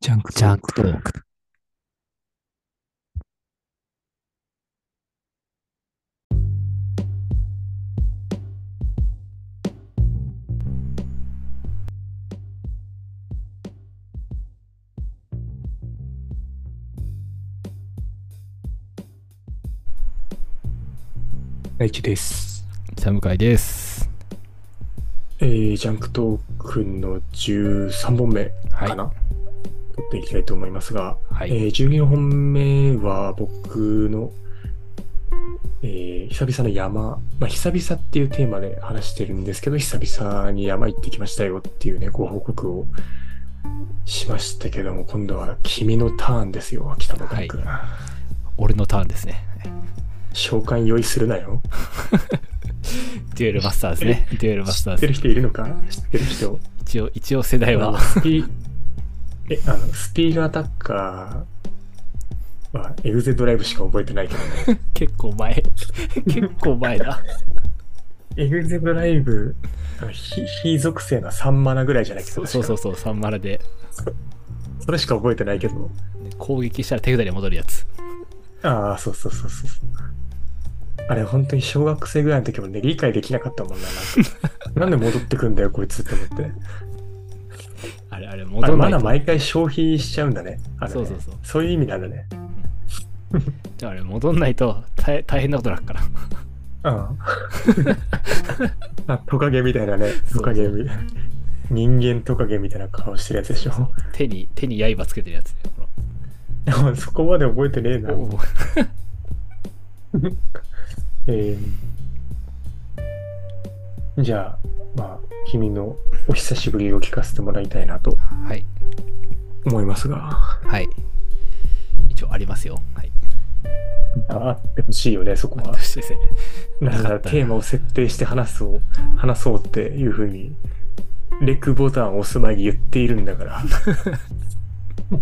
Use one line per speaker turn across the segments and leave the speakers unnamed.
ジャンク
ジャンクトーク。
大地です。
寒海です。
えー、ジャンクトークンの13本目
はい
か。な、撮っていきたいと思いますが、
は
え
い。
ー、14本目は僕の、えー、久々の山、まあ、久々っていうテーマで話してるんですけど、久々に山行ってきましたよっていうね、ご報告をしましたけども、今度は君のターンですよ、北野君。
俺のターンですね。
召喚用意するなよ。
デュエルマスターズね。デュエルマス
知
タ
っ
ーズ。
てる人いるのか知ってる人。
一応、一応世代
あの
は。
スピえあのスピードアタッカーはエグゼドライブしか覚えてないけどね。
結構 前。結構前だ。
エグゼドライブ、あの非非属性の3マナぐらいじゃないけ
そ
ど、
うそうそううそう、サンマラで
それしか覚えてないけど。
攻撃したら手札に戻るやつ。
ああ、そうそうそうそう。あれ、本当に小学生ぐらいの時もね、理解できなかったもんな。 なんかなんで戻ってくんだよ、こいつって思って。
あれあれ、
あれ、
戻ら
マ
な
ナ
いと。
毎回消費しちゃうんだね。あれね
そうそうそう
そういう意味なんだね。
あれ、戻んないと大大変なことになるから。
うん。あ、トカゲみたいなね、トカゲみたいな。人間トカゲみたいな顔してるやつでしょ。
手に、手に刃つけてるやつね。こ
でもそこまで覚えてねえな。
のお
えーじゃあ、まあ、君のお久しぶりを聞かせてもらいたいなと
はい。
思いますが、
はい。一応ありますよ。はい。
あってほしいよね、そこは。
私ですね。
なんかテーマを設定して話そう、話そうっていうふうに、レックボタンを押す前に言っているんだ から。
もう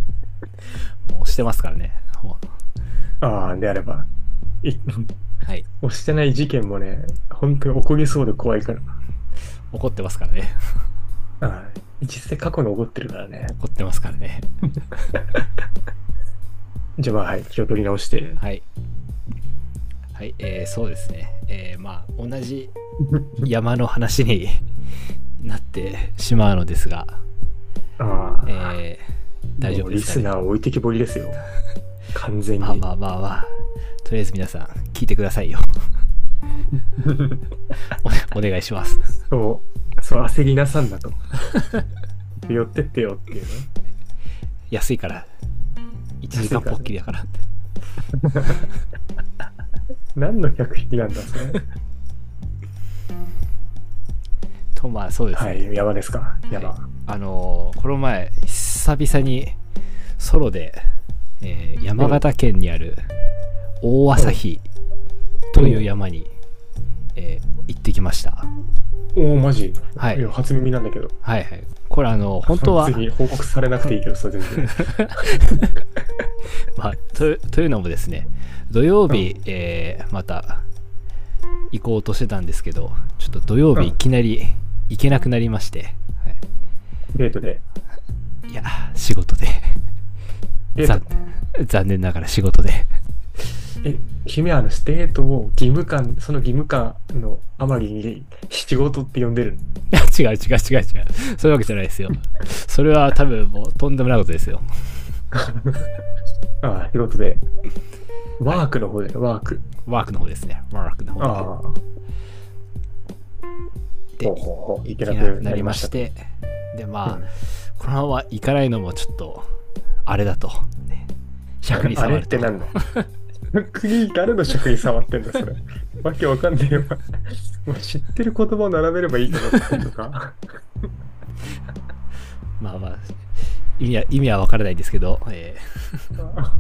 押してますからね。も
ああ、であれば。い
うはい。
押してない事件もね、本当に起こりそうで怖いから。
怒ってますからね。
ああ実際過去に起こってるからね。
怒ってますからね。
じゃあまあはい、気を取り直して。
はい。はい、えーそうですね。えーまあ、同じ山の話に なってしまうのですが、
ああ、
えー大丈夫ですか、ね、
もうリスナー置いてきぼりですよ。完全に。
まあまあまあまあ、とりあえず皆さん、聞いてくださいよ。 おお願いします。
そう、そう焦りなさんだと。寄ってってよっていうね。
安いから。1時間ぽっきりだから。
何の客引きなんだそれ。
と、まあそうですね。
はい、山ですか。山。
はいあのーこの前久々にソロで、えー山形県にある大旭という山に、えー行ってきました
おお、マジ。
はい
や初耳なんだけど。
はいはいこれあの本当は
別、に報告されなくていいけど、それ全 然。
まあ、とというのもですね土曜日、えーまた行こうとしてたんですけどちょっと土曜
うん
日いきなり行けなくなりまして、
デートで。
はい、いや仕事で
デー
残
ト。
残念ながら仕事で
え、君はあの、デートを義務感、その義務感のあまりに、仕事って呼んでる。
違う違う違う違うそういうわけじゃないですよそれは多分もうとんでもないことですよ
ああ、仕事で。ワークの方で、ワーク。
ワークの方ですねワークの方
ああ。
で
ほうほうほう行け
で行
な
けな
く
く
な
な
り
り
ま
ま
し
した
と。
てでまあ、
うん
このまま行かないのもちょっとあれだと、ね、尺に
あ
触
れっ
ると
てなんだ国誰の職に触ってんだそれ。わけわかんねえよ。もう知ってる言葉を並べればいいと思ってんのか。
まあまあ意味は意味は分からないんですけど、え
あ
ー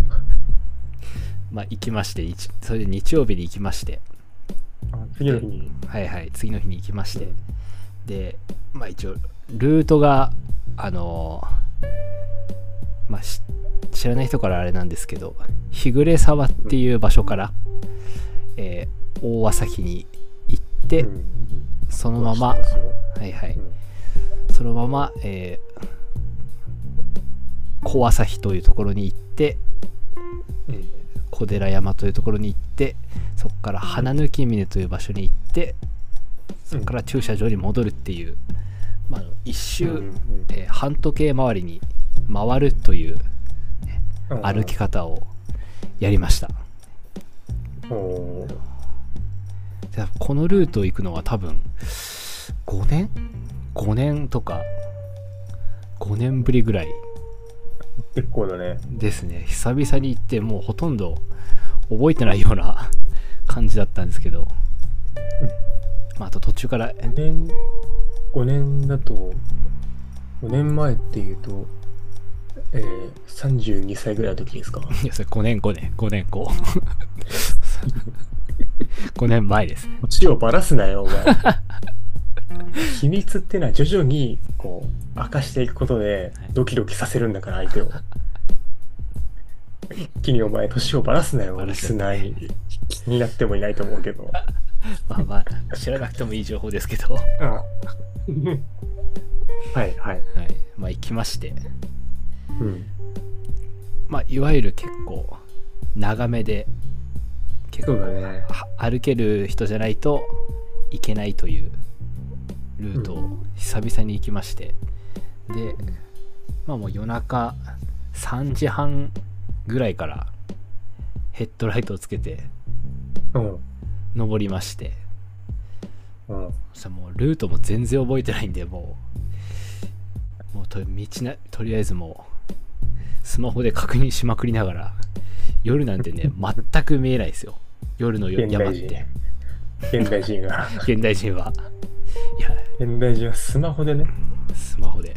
まあ行きまして日それで日曜日に行きまして
次の日に。
はいはい次の日に行きましてでまあ一応ルートがあのーまあし知らない人からあれなんですけど日暮沢っていう場所から、えー大旭に行って、
うん
そのまま
そうですよ
はいはい
うん
そのまま、えー小朝日というところに行って
うん
小寺山というところに行ってそこから花抜峰という場所に行ってそこから駐車場に戻るっていう、まあ、あの一周、
うん
えー半時計回りに回るという
うん
歩き方をやりました
おー
でこのルートを行くのは多分5年5年とか5年ぶりぐらい
結構だね。
ですね久々に行ってもうほとんど覚えてないような 感じだったんですけど、まあ、あと途中から
5年、5年だと、5年前っていうと、えー、32歳ぐらいの時ですか
いやそれ5年5年5年後5年前ですね
血をばらすなよ、お前。秘密ってのは徐々にこう明かしていくことで
はい
ドキドキさせるんだから相手を。一気にお前年をばらすなよ、
ばら
リ
す
ス
な
ナ
よ
ーに。気になってもいないと思うけど。
まあまあ知らなくてもいい情報ですけど、は
うん はいはい。
いまあ、行きまして
うん。
まあ、いわゆる結構長めで結
そう
構
だね。
は歩ける人じゃないといけないというルートを久々に行きまして、で、まあ、もう夜中3時半ぐらいからヘッドライトをつけて
うん。
登りまして
うん。
そしたらもうルートも全然覚えてないんでもうもうと道なとりあえずもうスマホで確認しまくりながら夜なんて ね全く見えないですよ夜のよ
現
山っ
代人
て。
現代人が。
現代人はいや
現代人はスマホでね。
スマホで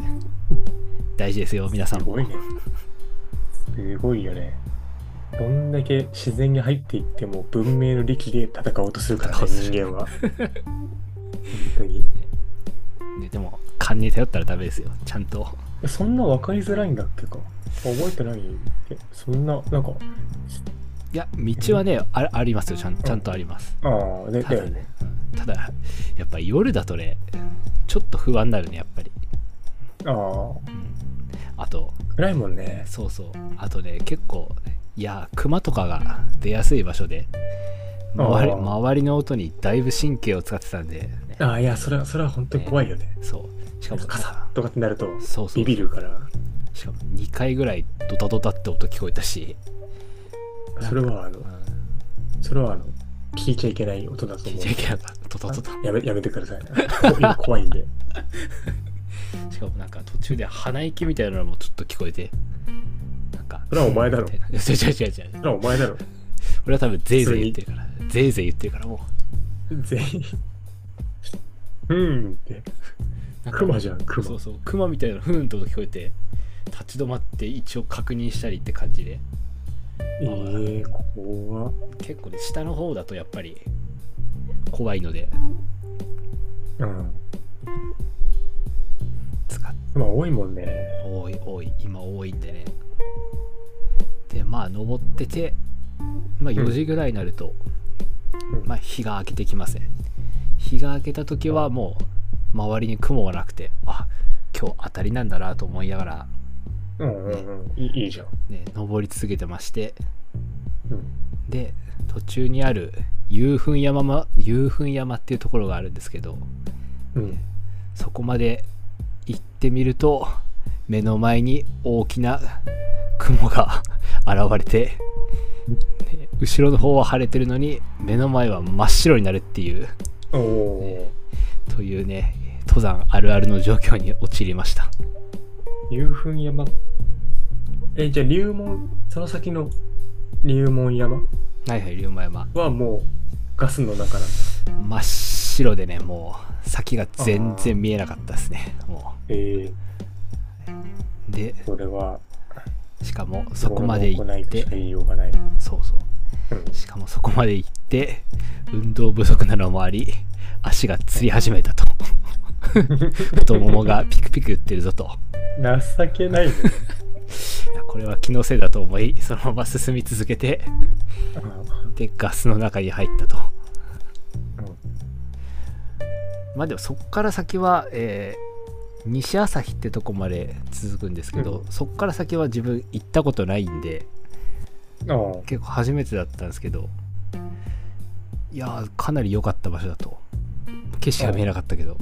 大事ですよ皆さん
す
も
ごいね。すごいよね。どんだけ自然に入っていっても文明の力で戦おうとするから
戦
ね、
おうとする
人間は。本当に。
ねでも勘に頼ったらダメですよちゃんと
そんな分かりづらいんだっけか。覚えてないえそんな、なんか、
いや道はねあありますよちゃんちゃんとあります
ああ、で、
た
だ
だ
よね。
ね、うんただやっぱ夜だとねちょっと不安になるねやっぱり、
ああ、
うん、あと
暗いもんね。
そうそうあとね結構いや熊とかが出やすい場所で周り
あー
周りの音にだいぶ神経を使ってたんで、ね
ああ、いや、それは、それは本当に怖いよね。
そうしかも
カサッとかってなると、
そうそう
ビビるから。
しかも2回ぐらいドタドタって音聞こえたし、なんか
それは、あの
う、ん、
それは、あの、聞いちゃいけない音だと
聞いう
思
ちゃ。いけなかったドタドタ
やめ、やめてください。 今怖いんで。
しかもなんか途中で鼻息みたいなのもちょっと聞こえてなんか
それはお前だろ
みたいな 違う違う違う違う
それはお前だろ。
俺は多分ぜいぜい言ってるからぜいぜい言ってるからも
全員。うんって。
うなんか
クマじゃん、ク
そ
マ
う。そうクマみたいなふーんと音聞こえて立ち止まって一応確認したりって感じで
ええー、怖っ
結構ね下の方だとやっぱり怖いので
うん。
使っ
まあ、多いもんね。
多い多い今多いんでねでまあ登ってて、まあ、
うん
4時ぐらいになると、
うん
まあ、日が明けてきますね日が明けた時はもう周りに雲がなくてあ今日当たりなんだなと思いながら、
うんうんうん。いいいいじゃん。
ね、登り続けてまして
うん。
で途中にある夕墳山,、ま、夕墳山っていうところがあるんですけど
うん。
そこまで行ってみると目の前に大きな雲が 現れてね後ろの方は晴れてるのに目の前は真っ白になるっていう
おお。
というね登山あるあるの状況に陥りました
竜墳山。え、じゃあ、竜門、その先の竜門山
はいはい龍馬山
はもうガスの中なんだ。
真っ白でねもう先が全然見えなかったですねも
ええ
うで
それは、
しかもそこまで行
行ない
っ
としてか言いようがない。
そうそう
うん
しかもそこまで行って運動不足なのもあり足がつり始めたと太ももがピクピク言ってるぞと
情けない ね。
いやこれは気のせいだと思いそのまま進み続けてでガスの中に入ったとまあでもそっから先は、え西朝日ってとこまで続くんですけど、
う
そっから先は自分行ったことないんで
ああ。
結構初めてだったんですけどいやーかなり良かった場所だと景色は見えなかったけど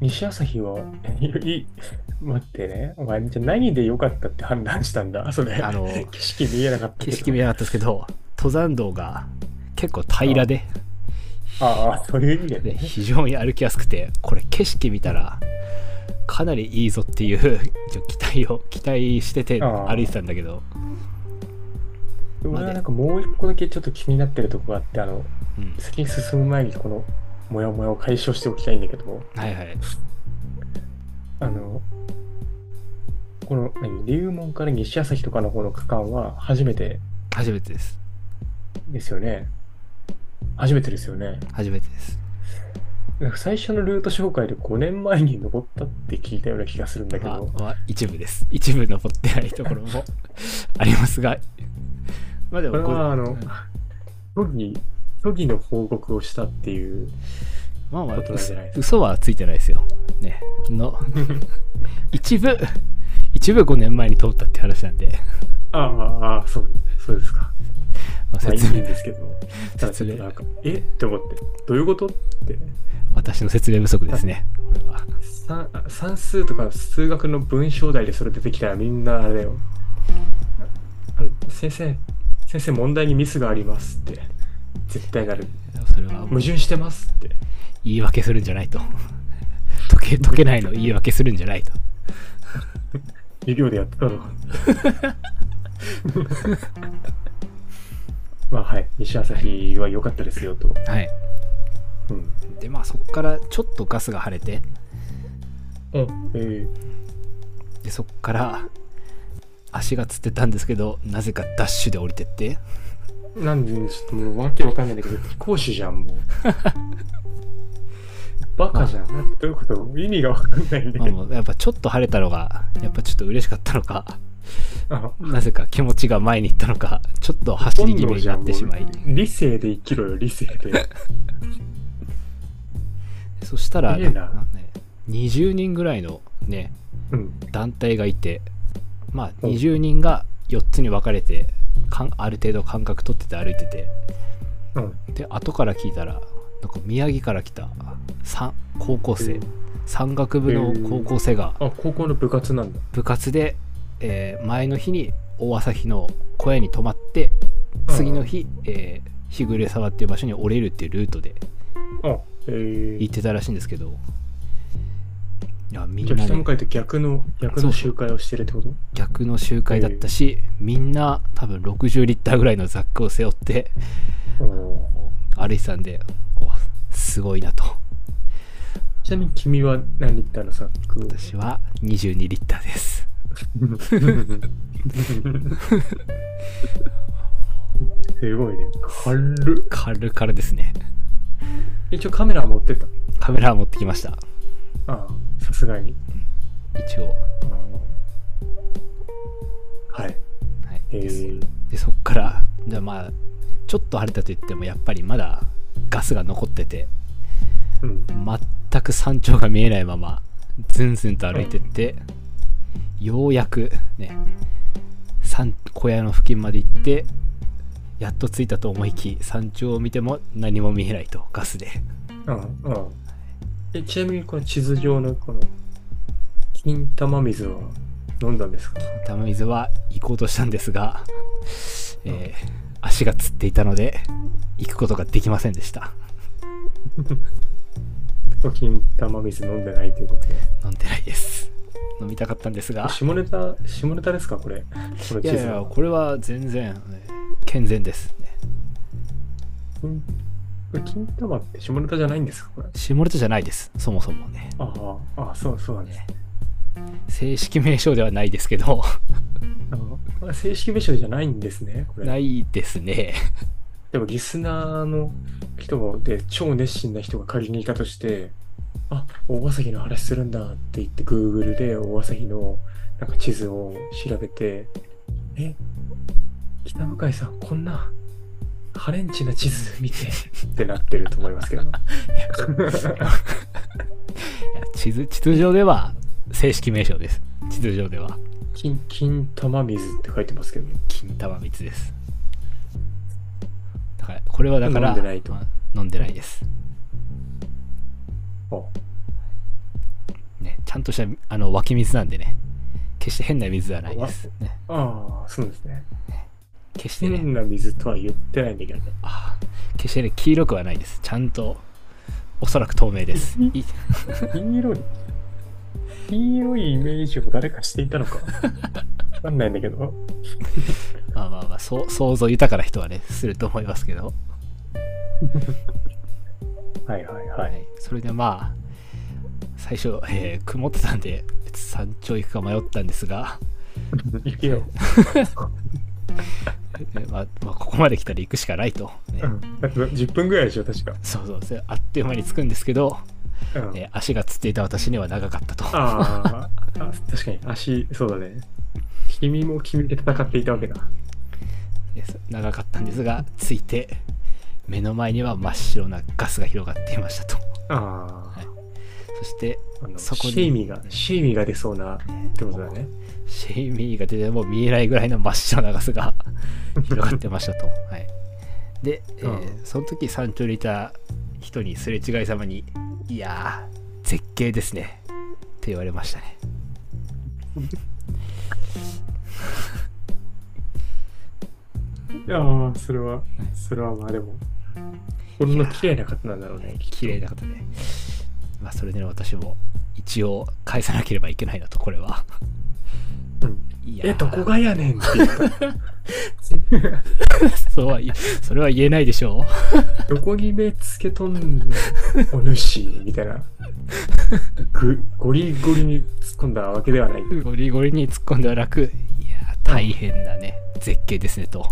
西朝日は、いい、待ってね。お前、じゃあ何で良かったって判断したんだそれ。
あの
景色見えなかった
景
けど。
色見え
え
なかったですけど登山道が結構平らで
ああ、そういう意味で
で
ね。
非常に歩きやすくてこれ景色見たらかなりいいぞっていう一応期待を期待してて
あー
歩いてたんだけど、
俺はなんかもう一個だけちょっと気になってるとこがあって、あの、
うん、
先に進む前にこの、モヤモヤを解消しておきたいんだけど、
はいはい
あの、この、何、龍門から西朝日とかの方の区間は初めて
初めてです
ですよね。初めてですよね。
初めてです
なんか最初のルート紹介で5年前に登ったって聞いたような気がするんだけ
まあ
ど、
まあ一部です一部登ってないところもありますがまあで
これ
もこ
はあの
うん、
虚偽、虚偽の報告をしたっていう、
まあまあ
ことなんじゃないですか
嘘はついてないですよねの 一部一部5年前に通ったって話なんで、
ああ、ああ、そう、そうですか。
まあ
まあい
説
いん
明
です けど、ただちょっとなんか、えって思って、どういうことって。
私の説明不足ですねこれは
算算数とか数学の文章題でそれ出てきたらみんなあれだよ。あの先生、先生問題にミスがありますって。絶対なる。
それはも
矛
う
盾してますって。
言い訳するんじゃないと解け解けないの言い訳するんじゃないと
授業でやってたのか。まあはい、西朝日は良かったですよと。
はい
うん。
でまあそこからちょっとガスが晴れて
ええ
でそこから足がつってたんですけどなぜかダッシュで降りてって
ーなんで、ちょっともうわけわかんないんだけど、飛行士じゃん、もう。バカじゃん。なんてどういうこと意味がわかんないんだけ
まあ
ど。
もうやっぱちょっと晴れたのがやっぱちょっと嬉しかったのか
あの
なぜか気持ちが前に行ったのか ちょっと走り気味になってしまい
理性で生きろよ、理性で。
そしたら
いい
な
な
んかね20人ぐらいのね
うん。
団体がいてまあ
お
20人が4つに分かれてかんある程度間隔取ってて歩いてて
うん。
で後から聞いたらなんか宮城から来たさん高校生山岳部の高校生が
あ、高校の部活なんだ。
部活で、えー前の日に大朝日の小屋に泊まって次の日、えー日暮沢っていう場所に降りるっていうルートで
あ、えー
行ってたらしいんですけどいやみん
じゃ
な
あ北
ね、
向かいと逆の、逆の集会をしてるってこと
逆の集会だったし、みんな多分60リッターぐらいのザックを背負って
おー
歩いてたんでおすごいなと
ちなみに君は何リッターのサックを
私は22リッターです
すごいね。軽っ。
軽々ですね
一応カメラは持ってった。
カメラは持ってきました
ああ、さすがに。
一応
ああは
は
い。
い
え
です
ー、
でそっからでまあちょっと晴れたと言ってもやっぱりまだガスが残ってて
うん。
全く山頂が見えないままずんずんと歩いてって、ようやくね山小屋の付近まで行ってやっと着いたと思いき山頂を見ても何も見えないとガスで
うんうん。え、ちなみにこの地図上のこの、金玉水は飲んだんですか
玉水は行こうとしたんですが、えー足がつっていたので行くことができませんでした
金玉水飲んでないということで。
飲んでないです飲みたかったんですが
下ネタ、下ネタですかこれ。この
い
地
やい
図
や
は。
これは全然ね健全ですね
金これ金玉って下ネタじゃないんですかこれ。
下ネタじゃないですそもそもね
ああ、ああ、そうそうなんです。
ね正式名称ではないですけど
あの正式名称じゃないんですね、これ。
ないですね
でもリスナーの人もで超熱心な人が仮にいたとして、あ、大朝日の話するんだって言って Google で大朝日のなんか地図を調べて、え、北向井さんこんなハレンチな地図 見てってなってると思いますけど。
いや地図地図上では正式名称です地図上では
金、金玉水って書いてますけど、
金玉蜜ですだからこれはだから
飲んでないと
まあ飲んでないです
あ、
ねちゃんとしたあの湧き水なんでね決して変な水ではないです、ね、
ああ、そうですね。
決してね、
変な水とは言ってないんだけどね。
あ決してね黄色くはないですちゃんとおそらく透明ですい
黄色い、黄色いイメージを誰かしていたのか。わかんないんだけど。
まあまあまあそう想像豊かな人はねすると思いますけど、
はいはいは。
はいい、それでまあ最初、えー曇ってたんで山頂行くか迷ったんですが、
行けよ。
えーまあまあ、ここまで来たら行くしかないと、ね
だって10分ぐらいでしょ、確か。
そうそうそれあっという間に着くんですけど、
うん
えー足がつっていた私には長かったと
あーあ、確かに足、そうだね。君も君で戦っていたわけだ。
です長かったんですが着いて目の前には真っ白なガスが広がっていましたと
ああ、
そして
あの
そこに
シェイミーが、シェイミーが出そうなってことだね。
シェイミーが出ても見えないぐらいの真っ白なガスが 広がってましたと。はい、で、えー
う
その時山頂にいた人にすれ違いざまに「いやー絶景ですね」って言われましたね。
いやーそれは、それはまあでも、こんな綺麗な方なんだろうね。
綺麗な方で。まあそれで私も一応返さなければいけないなとこれは。
うん
いやー
え、どこがやねんって言った。
そうは言えそれは言えないでしょう。
どこに目つけとんねん、お主、みたいな。ぐゴリゴリに突っ込んだわけではない。
ゴリゴリに突っ込んではなく「いやー大変だね絶景ですね」と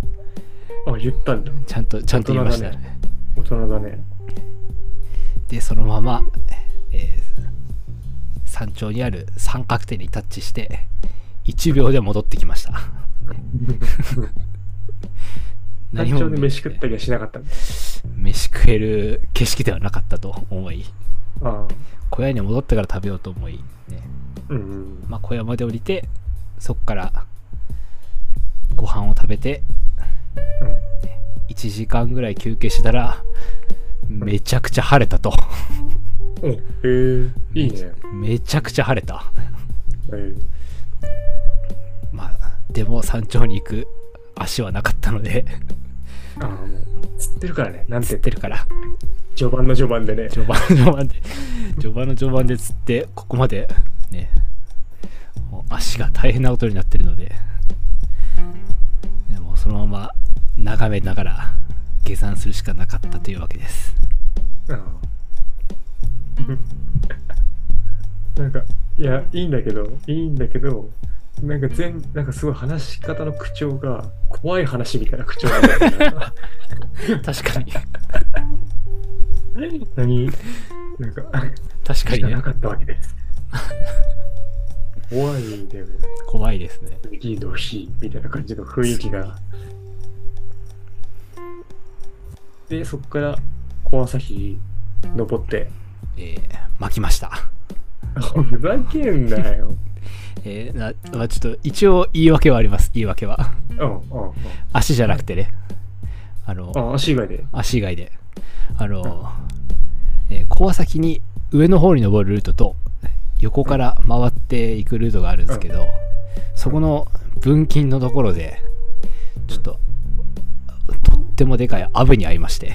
あ、言ったんだ。
ちゃんとちゃんと言いました
大人だ
ね。
大人だね。
でそのまま、えー山頂にある三角点にタッチして1秒で戻ってきました
団
何も
長で飯食ったりはしなかったんだ。
飯食える景色ではなかったと思い
ああ、
小屋に戻ってから食べようと思い、ね
うんうん。
まあ、小屋まで降りてそこからご飯を食べて
うん
1時間ぐらい休憩してたらめちゃくちゃ晴れたと
おへえいいね。
めちゃくちゃ晴れた
えー
まあでも山頂に行く足はなかったので
ああ、もう、釣ってるからね。なん
釣
て
っ、てるから
序盤の序盤でね。
序盤序盤で序盤の序盤で釣ってここまでねもう足が大変なことになってるのででもうそのまま眺めながら下山するしかなかったというわけです
ああなんか、いや、いいんだけど、いいんだけど、なんか全、なんかすごい話し方の口調が、怖い話みたいな口調なんだよね
確かに
何なんか、
確か
し
に
か
ね
なかったわけです。怖いんだよね。
怖いですね
次の日みたいな感じの雰囲気が。で、そこから、小朝日登って。
えー巻きました
ふざけんなよ。
えーなまあちょっと一応言い訳はあります言い訳は
うんうんうん。
足じゃなくてねあの
あ、足以外で。
足以外であの、えー小先に上の方に登るルートと横から回っていくルートがあるんですけど、そこの分岐のところでちょっと、とってもでかいアブに会いまして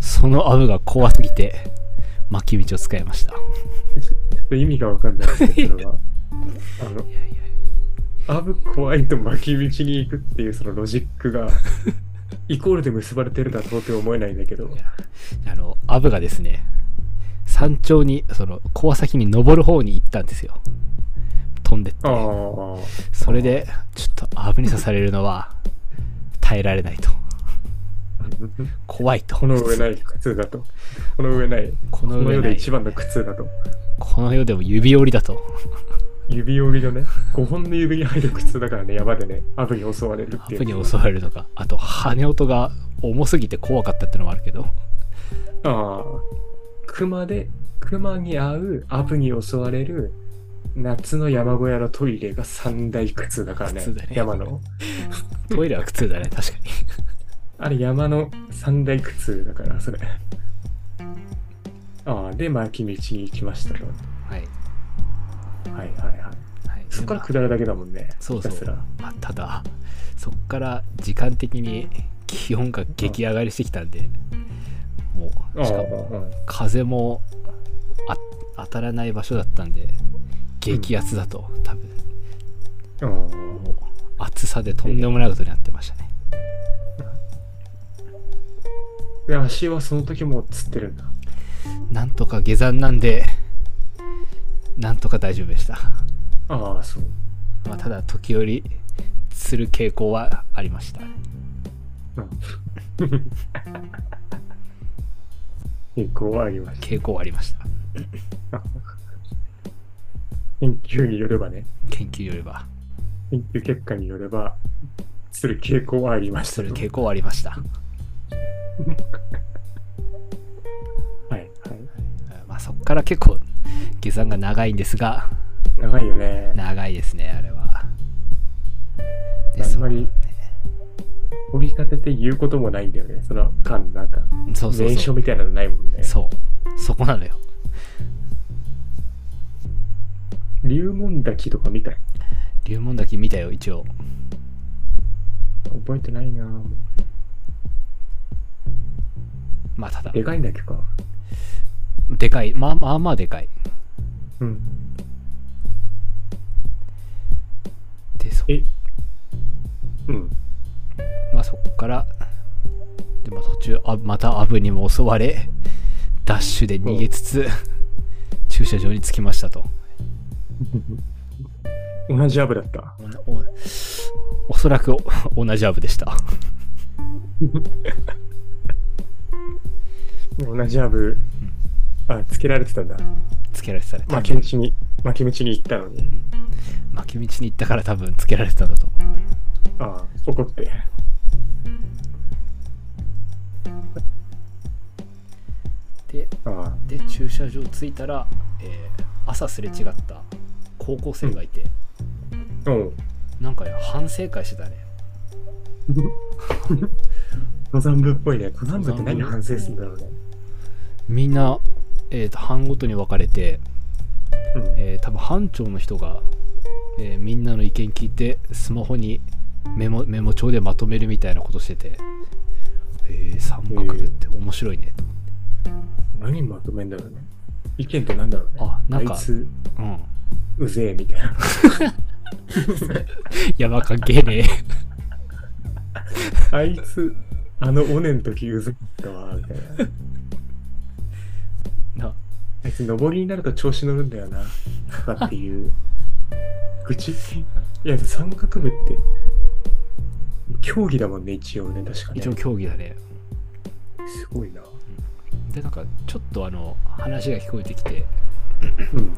そのアブが怖すぎて巻き道を使いました
意味がわかんないそれは。あの、アブ怖いと巻き道に行くっていうそのロジック が、イコールで結ばれてるとは到底思えないんだけど。
あのアブがですね山頂にその小先に登る方に行ったんですよ飛んでって
ああ。
それでちょっとアブに刺されるのは耐えられないと怖いと
この上ない苦痛だと。この上ない。
この
この
上
世
な
で
い
一番の苦痛だと。
この世でも指折りだと
指折りのね、5本の指に入る苦痛だからね、山でね、アブに襲われるっ
ア
ていう。
ブに襲われるとかあと羽音が重すぎて怖かったってのもあるけど
ああ。熊で熊に合う、アブに襲われる、夏の山小屋のトイレが三大苦痛だからね
苦痛だね
山の。
トイレは苦痛だね、確かに。
あれ山の三大苦痛だから、それ。ああ、で、まあ、秋道に行きましたと。
はい。
はいはいはい。
はい、
そこから
で
下るだけだもんね。
そう
ひたすら。
まあ、ただ、そこから時間的に気温が激上がりしてきたんで、も
ああ
う、しかも風もあ当たらない場所だったんで、激アツだと、多分
あああ
もう暑さでとんでもないことになってましたね。
あで足はその時もうつってるんだ。
なんとか下山なんで、なんとか大丈夫でした。
ああ、そう。
まあ、ただ、時折、する傾向はありました。
結構ありました。
傾向はありました。
研究によればね、
研究よれば、
研究結果によれば、する傾向はありました
す
と
る傾向はありました。
はい、
まあ、そこから結構下山が長いんですが
はい。長いよね。
長いですねあれはで
あんまり
そう
掘り立てて言うこともないんだよね。その間、なんか、
そうそう
名
そ
称
う
みたいなのないもんね。
そうそこなのよ
龍門滝とか見たい。
龍門滝見たよ一応
覚えてないなぁ
まあただ
でかいんだっけか。
でかいまあまあまあでかい
うん。
でそ,、
えうん。
まあ、そこからで、まあ、途中あまたアブにも襲われダッシュで逃げつつ駐車場に着きましたと
同じアブだった。
おおおそらくお同じアブでした
同じアブ、あ、つけられてたんだ。
つけられてたね多
負
分
け道に、負け道に行ったのに。
負け道に行ったから多分つけられてたんだと思う
ああ、怒って。
で
ああ、
で駐車場着いたら、えー朝すれ違った高校生がいて、
おう。
なんかね反省会してたね
登山部っぽいね。登山部って
登
何
山部
反省するんだろうね。
みんな、えーと班ごとに分かれて、
うん。
えー多分班長の人が、えーみんなの意見聞いてスマホにメモメモ帳でまとめるみたいなことしててえー、山岳部って面白いねと、
何まとめんだろうね。意見って何だろうね。
あなんか
あいつ、
うん
うぜえみたいな。
山関係ね
あいつ、あの尾根の時うぜえだわ、みたいな。
え な
あいつ、登りになると調子乗るんだよな、とかっていう。愚痴いや、山岳部って、競技だもんね、一応ね、確かね。
一応競技だね
すごいな。
でなんかちょっとあの話が聞こえてきて
うん。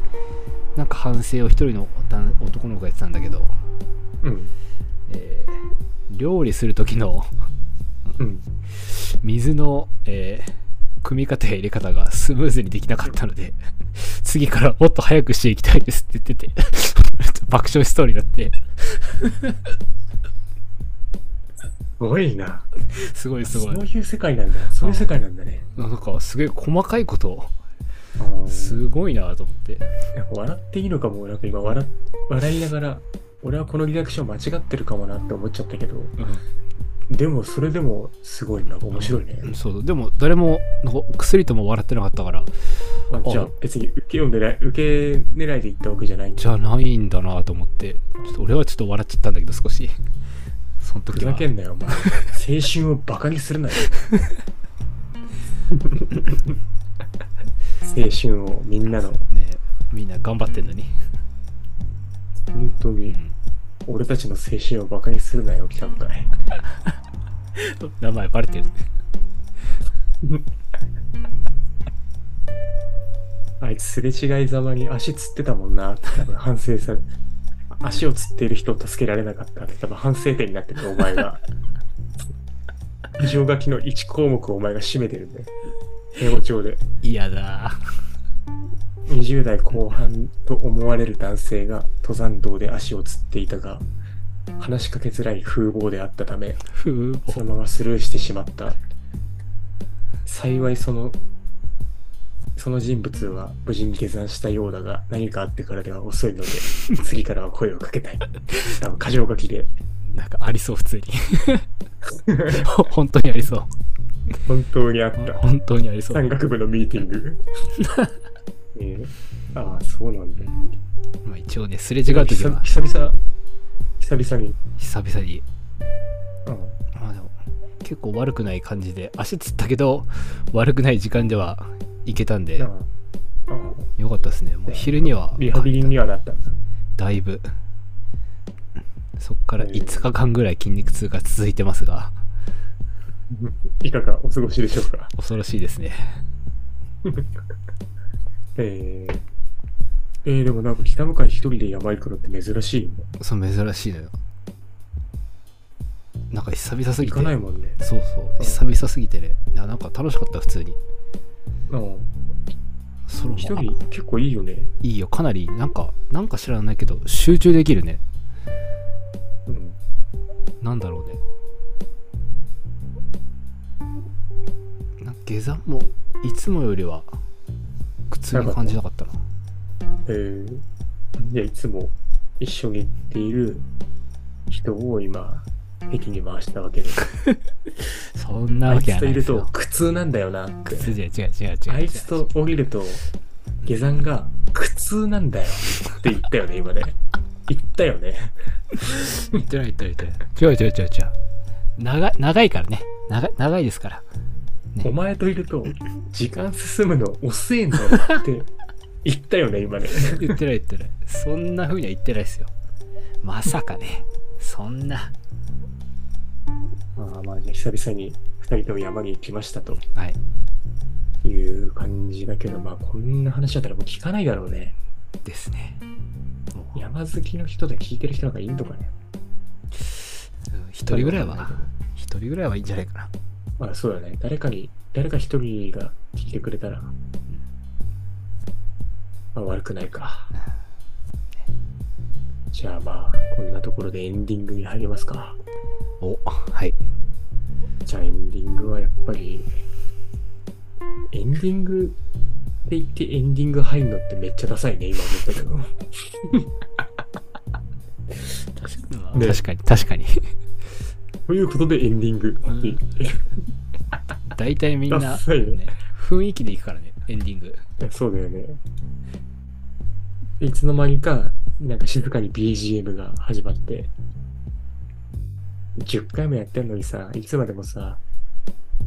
なんか反省を一人の男男の子がやってたんだけど、
うん。
えー料理する時の
うん。
水の、えー組み方や入れ方がスムーズにできなかったので 次からもっと早くしていきたいですって言って て爆笑しそうになって
すごいな。
すごいす
そ
ごいう
いう世界なんだ。そういう世界なんだね。
なんかすごい細かいことを
あー
すごいなと思って
なんか笑っていいのかも、なんか今笑っ笑いながら、俺はこのリアクション間違ってるかもなって思っちゃったけど、でもそれでもすごいな、面白いね。
うんそうでも誰もなんか薬とも笑ってなかったから
あじゃあ
あ
別に受けを狙い、受け狙いで行ったわけじゃないんだ
じゃないんだなと思ってちょっと俺はちょっと笑っちゃったんだけど少しその
ふ
時は
ざけんなよ、お 前。青春をバカにするなよ。 青春をみんなの、
ねみんな頑張ってんのに、
本当に俺たちの青春をバカにするなよ、北向かい。
名前バレてる
あいつすれ違いざまに足つってたもんなって多分反省さ足をつっている人を助けられなかったって多分反省点になってるお前が異常書きの1項目をお前が占めてるんだよ英語帳で
嫌だ
20代後半と思われる男性が登山道で足をつっていたが、話しかけづらい風貌であったため、
ふう
そのままスルーしてしまった。幸いその、その人物は無事に下山したようだが、何かあってからでは遅いので、次からは声をかけない。あの、箇条書きで、
なんかありそう普通に ほ本当にありそう
本当にあった。
本当にありそう、
山岳部のミーティング。ええああ、そうなんだ。
まあ、一応ねすれ違う時
久々
は
久々、久々に。
久々に
うん
まあでも結構悪くない感じで足つったけど悪くない時間では行けたんで
あああ
よかったですねもう昼には
あリハビリにはなったんだ。
だいぶそっから5日間ぐらい筋肉痛が続いてますが
いかがお過ごしでしょうか。
恐ろしいですね
えー、えー、でもなんか北向かい一人で山行くのって珍しいよね。
そう珍しいのよなんか久々すぎ
行
て
かないもんね。
そうそう久々すぎてねいやなんか楽しかった普通に
うん。
ソロも
一
あ
人結構いいよね。
いいよかなりなんかなんか知らないけど集中できるね
うん。
なんだろうねな下山もいつもよりは苦痛に感じなかったな
えー、じゃあいつも一緒に行っている人を今、駅に回したわけで。
そんな
あ
わ
い
け
つ
は
と
ないいで
る
す
と
よ
苦痛なんだよなっ
苦。
て
痛じゃ違う違う違う違う
あいつと降りると下山が苦痛なんだよって言ったよね、今ね。言ったよね。
言ってない言ってない言ってない違う違う違う違う長い長いからね長い長いですからね
お前といると時間進むの遅えんだよって言ったよね、今ね。
言ってない言ってないそんな風には言ってないですよまさかねそんな
ああまあじゃあ久々に2人とも山に行きましたと
はい
いう感じだけど、まあこんな話だったらもう聞かないだろうね。
ですねもう
山好きの人で聞いてる人なんかいいのかね。
うん一人ぐらいは一人ぐらいはいいんじゃないかな
まあそうだね。誰かに、誰か一人が聞いてくれたら、まあ悪くないか。じゃあまあ、こんなところでエンディングに入りますか。
おはい
じゃあエンディングはやっぱり、エンディングって言ってエンディング入るのってめっちゃダサいね、今思ったけど。ね
確かに確かに
ということでエンディングって言って。
大体みん
ダ
な、
サいね
ね、雰囲気でいくからねエンディング
そうだよね。いつの間にか、なんか静かに BGM が始まって、10回もやってんのにさ、いつまでもさ、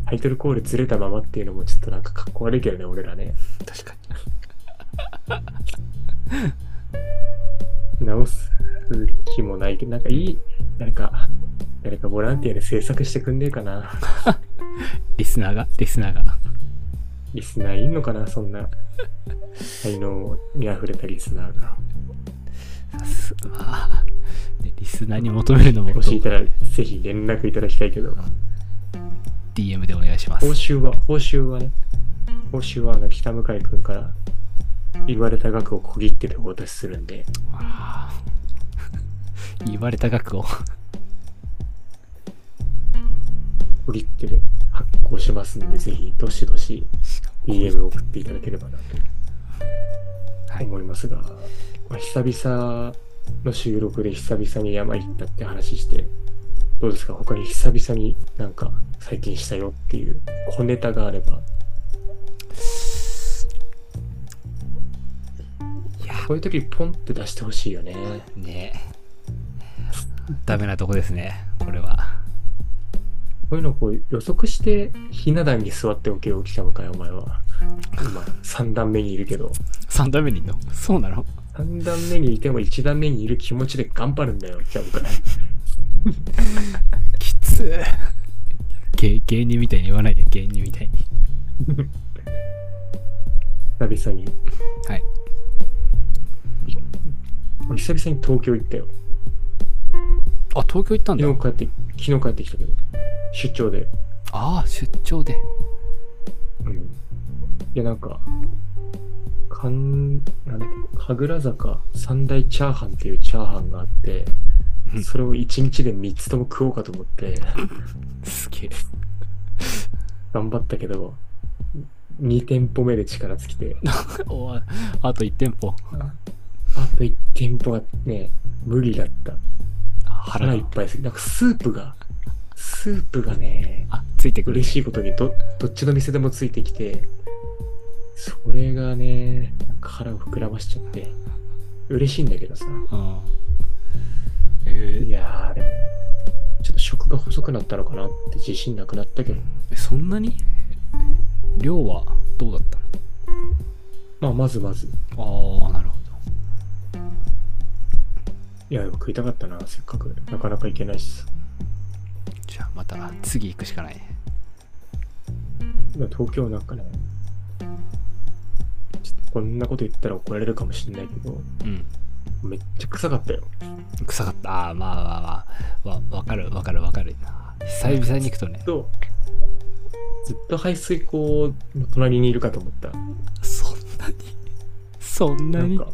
タイトルコールずれたままっていうのもちょっとなんかかっこ悪いけどね、俺らね。
確か
直す気もないけど、なんかいい、なんか、誰かボランティアで制作してくんねえかな。
にリスナーがリスナーが
リスナーいんのかな、そんな。才能に溢れたリスナーが。
さすまあ、ねリスナーに求めるのも
もしいたら、ぜひ連絡いただきたいけど。
DM でお願いします
報酬は、報酬はね、報酬はあの北向井君から言われた額を小切手でお渡しするんで、
あー言われた額を
小切手で発行しますんで、ぜひどしどし DM を送っていただければな
は
と
い
思いますが、まあ、久々の収録で久々に山行ったって話して、どうですか他に久々になんか最近したよっていう小ネタがあれば。
いや
こういう時ポンって出してほしいよね。
ねダメなとこですねこれは
こういうのをこう予測してひな壇に座っておけよ、北向かい、お前は。今、3段目にいるけど、
3段目にいんのそうなの
3段目にいても1段目にいる気持ちで頑張るんだよ、北向かい。
きつ 芸芸人みたいに言わないで芸人みたいに
久々に。
はい
俺久々に東京行ったよ。
あ東京行ったんだ
昨日帰って、昨日帰ってきたけど、出張で。
ああ出張で
うん。いや、なんか、神かん、なんだっけ、神楽坂三大チャーハンっていうチャーハンがあって
う、ん
それを1日で3つとも食おうかと思って、
すげえ。
頑張ったけど、2店舗目で力尽きて、
おいあと1店舗。
あと1店舗はね、無理だった。
あ腹
腹
が
いっぱいです。なんかスープが、スープがね、
あ、ついてくる。
嬉しいことにど、どっちの店でもついてきて、それがね、なんか腹を膨らましちゃって、嬉しいんだけどさ。
うん。え
いやー、でも、ちょっと食が細くなったのかなって自信なくなったけど、
ー、そんなに量はどうだった
まあ、まずまず。
のああ、なるほ
いや、でも食いたかったな、せっかく。なかなか行けないしさ。
ど。じゃあまた次行くしかないね。
今東京なんかね、ちょっとこんなこと言ったら怒られるかもしれないけど、
うん。
めっちゃ臭かったよ。
臭かった。あーまあまあまあ。わわかるわかるわかる。久々に行くとね。
と、ずっと排水口の隣にいるかと思った。
そんなにそんな
なん
に
か、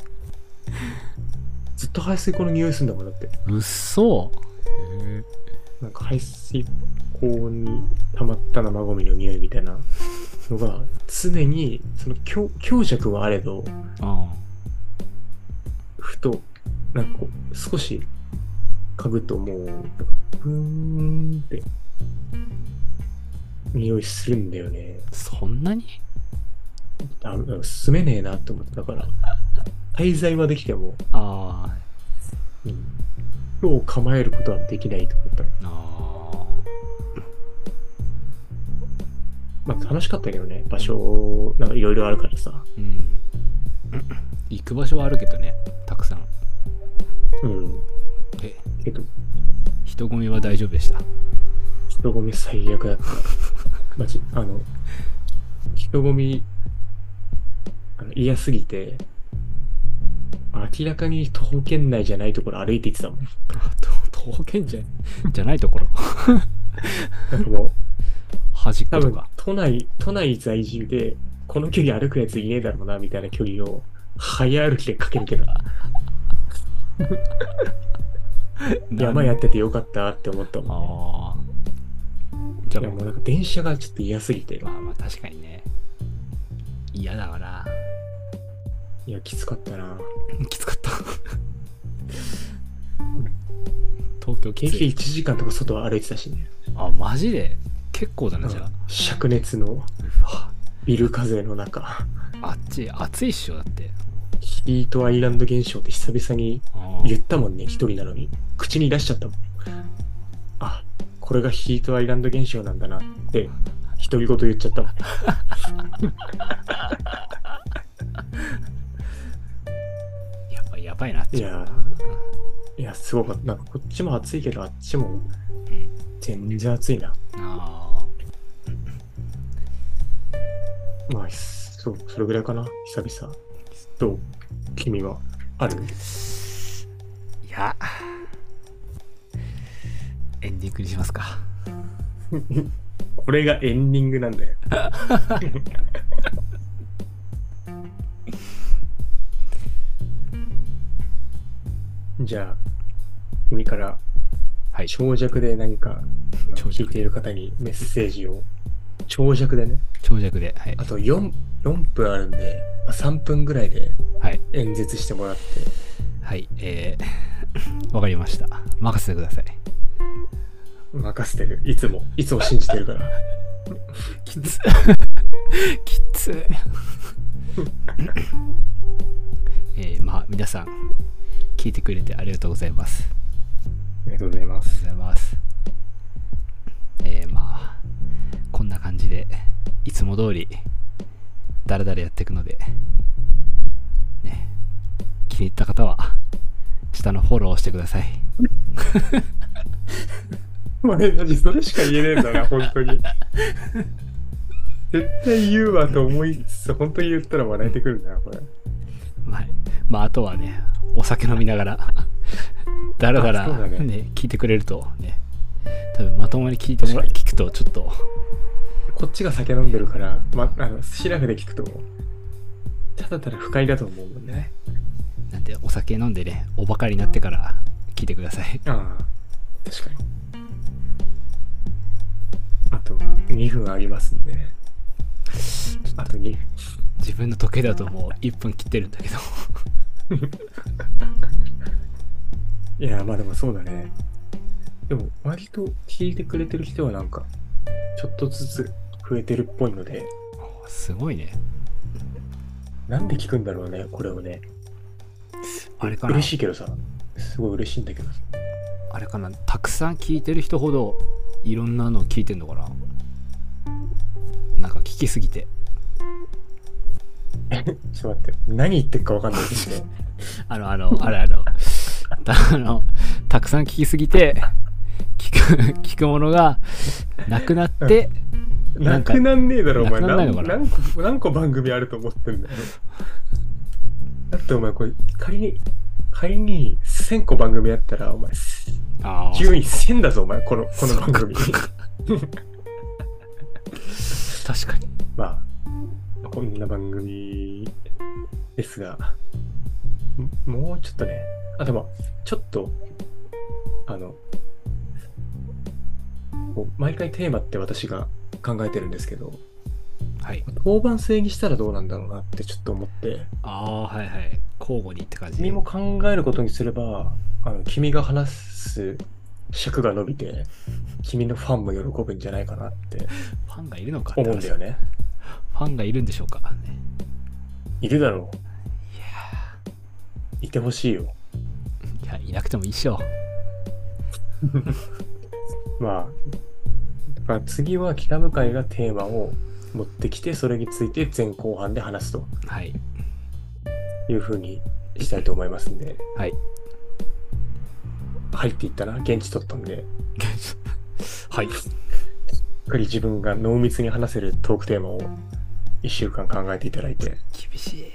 ずっと排水口の匂いするんだもん、だって。
うっそ
なんか排水口に溜まった生ゴミの匂いみたいなのが常にその強強弱はあれど
うん。
ふとなんかこう少し嗅ぐともうなんかブーンって匂いするんだよね
そんなに
あなんか住めねえなって思ってだから滞在はできても、
あー
うん、今日構えることはできないと思った
あ
まあ楽しかったけどね場所なんかいろいろあるからさ
ー。うん。行く場所はあるけどね。たくさん。
うん
え、
けど
人混みは大丈夫でした。
人混み最悪だった。マジ、あの、人混み、あの嫌すぎて、明らかに徒歩圏内じゃないところ歩いていってたもん。
徒歩圏じゃじゃないところ。
なんかも う、
端っ
多
こと
分
か。、
都内、都内在住で、この距離歩くやついねえだろうな、みたいな距離を、早歩きで駆け抜けた。山やっててよかったって思ったも
あ
ん、ね。
あ。じゃ
い
あ
や
もう
もうなんか電車がちょっと嫌すぎて、
まあまあ確かにね。嫌だわな。
いや、きつかったな。
きつかった。東京き
平
つ
気
い。
1時間とか外を歩いてたしね。
あ、マジで結構だな、じゃあ。
灼熱の
うわ
ビル風の中、
あっち、暑いっしょ、だって。
ヒートアイランド現象って久々に
あ
言ったもんね、一人なのに。口に出しちゃったもん。あ、これがヒートアイランド現象なんだなって、独り言言っちゃったもん。
あやばい、やばいな、あっち。
いやー、いや、すごかった。なんかこっちも暑いけど、あっちも
うん
全然暑いな。
あ
まあ、そう、それぐらいかな、久々。どう君は。ある
ーいや。エンディングにしますか。
これがエンディングなん だよ。じゃあ、君から
はい。
長尺で何か
長尺
聞いている方にメッセージを。長尺でね。
長尺で。はい
あ。と 4, 4分あるんで、まあ、3分ぐらいで
はい。
演説してもらって。
はい。えー、 わかりました。任せてください。
任せてる。いつも。いつも信じてる から。
きつ きつ えー、まあ皆さん聞いてくれてありがとうございます
ありがとうございま
ありがとう
す。
ございますえー、まあこんな感じでいつも通りだらだらやっていくのでね気に入った方は下のフォローをしてください
俺マジそれしか言えねえんだ な、本当に。絶対言うわと思いつつ、本当に言ったら笑えてくるな、これ。
はい、まああとはねお酒飲みながらだらだ
あそう
ら、ね
だね
聞いてくれるとね多分まともに聞いてもら
確か
聞くとちょっと
こっちが酒飲んでるから、ま、あの、シラフで聞くと、ただただ不快だと思うもんね。
なんでお酒飲んでねおバカになってから聞いてください
ああ、確かに。あと2分ありますんで。あと2分。
自分の時計だともう1分切ってるんだけど
いや、まあでもそうだね。でも、割と聞いてくれてる人はなんか、ちょっとずつ増えてるっぽいので、
すごいね
なんで聞くんだろうね、これをね。
あれかな
嬉しいけどさ、すごい嬉しいんだけどさ。
あれかなたくさん聞いてる人ほどいろんなの聞いてんのかななんか聞きすぎて
ちょっと待って、何言ってるかわかんないですね。
あのあのあれあ のたあのたくさん聞きすぎて聞く聞くものがなくなって な
なん
か
くなんねえだろ、お前。
なくなんないの
何
かな
何個何個番組あると思ってるんだよ。だってお前、これ、仮に、仮に1000個番組やったら、お前、
あー
順位1000だぞ、お前、この、この番組。
確かに
まあ、こんな番組ですが、んもうちょっとね、あとまあ、ちょっと、あの、こう毎回テーマって私が考えてるんですけど、
はい
当番制にしたらどうなんだろうなってちょっと思って、
ああはいはい交互にって感じ
君も考えることにすれば、あの君が話す尺が伸びて、君のファンも喜ぶんじゃないかなって
ファンがいるのかって
思うんだよね。
ファンがいるんでしょうか
いるだろう。いてほしいよ。
いやいなくてもいいっしょ
まあ、だから次は北向井がテーマを持ってきて、それについて前後半で話すと
はい
いうふうにしたいと思いますんで、
はい
入っていったら現地取ったんで、
はい
しっかり自分が濃密に話せるトークテーマを1週間考えていただいて、
厳しい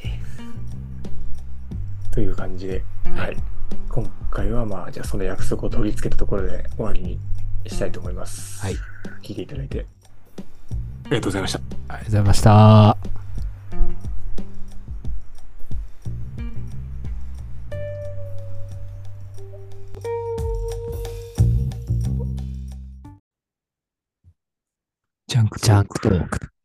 という感じで、はい。今回はまあ、じゃあその約束を取り付けたところで終わりにしたいと思います。
はい。
聞いていただいて。ありがとうございました。
ありがとうございました
ジャンク
ジャンクトーク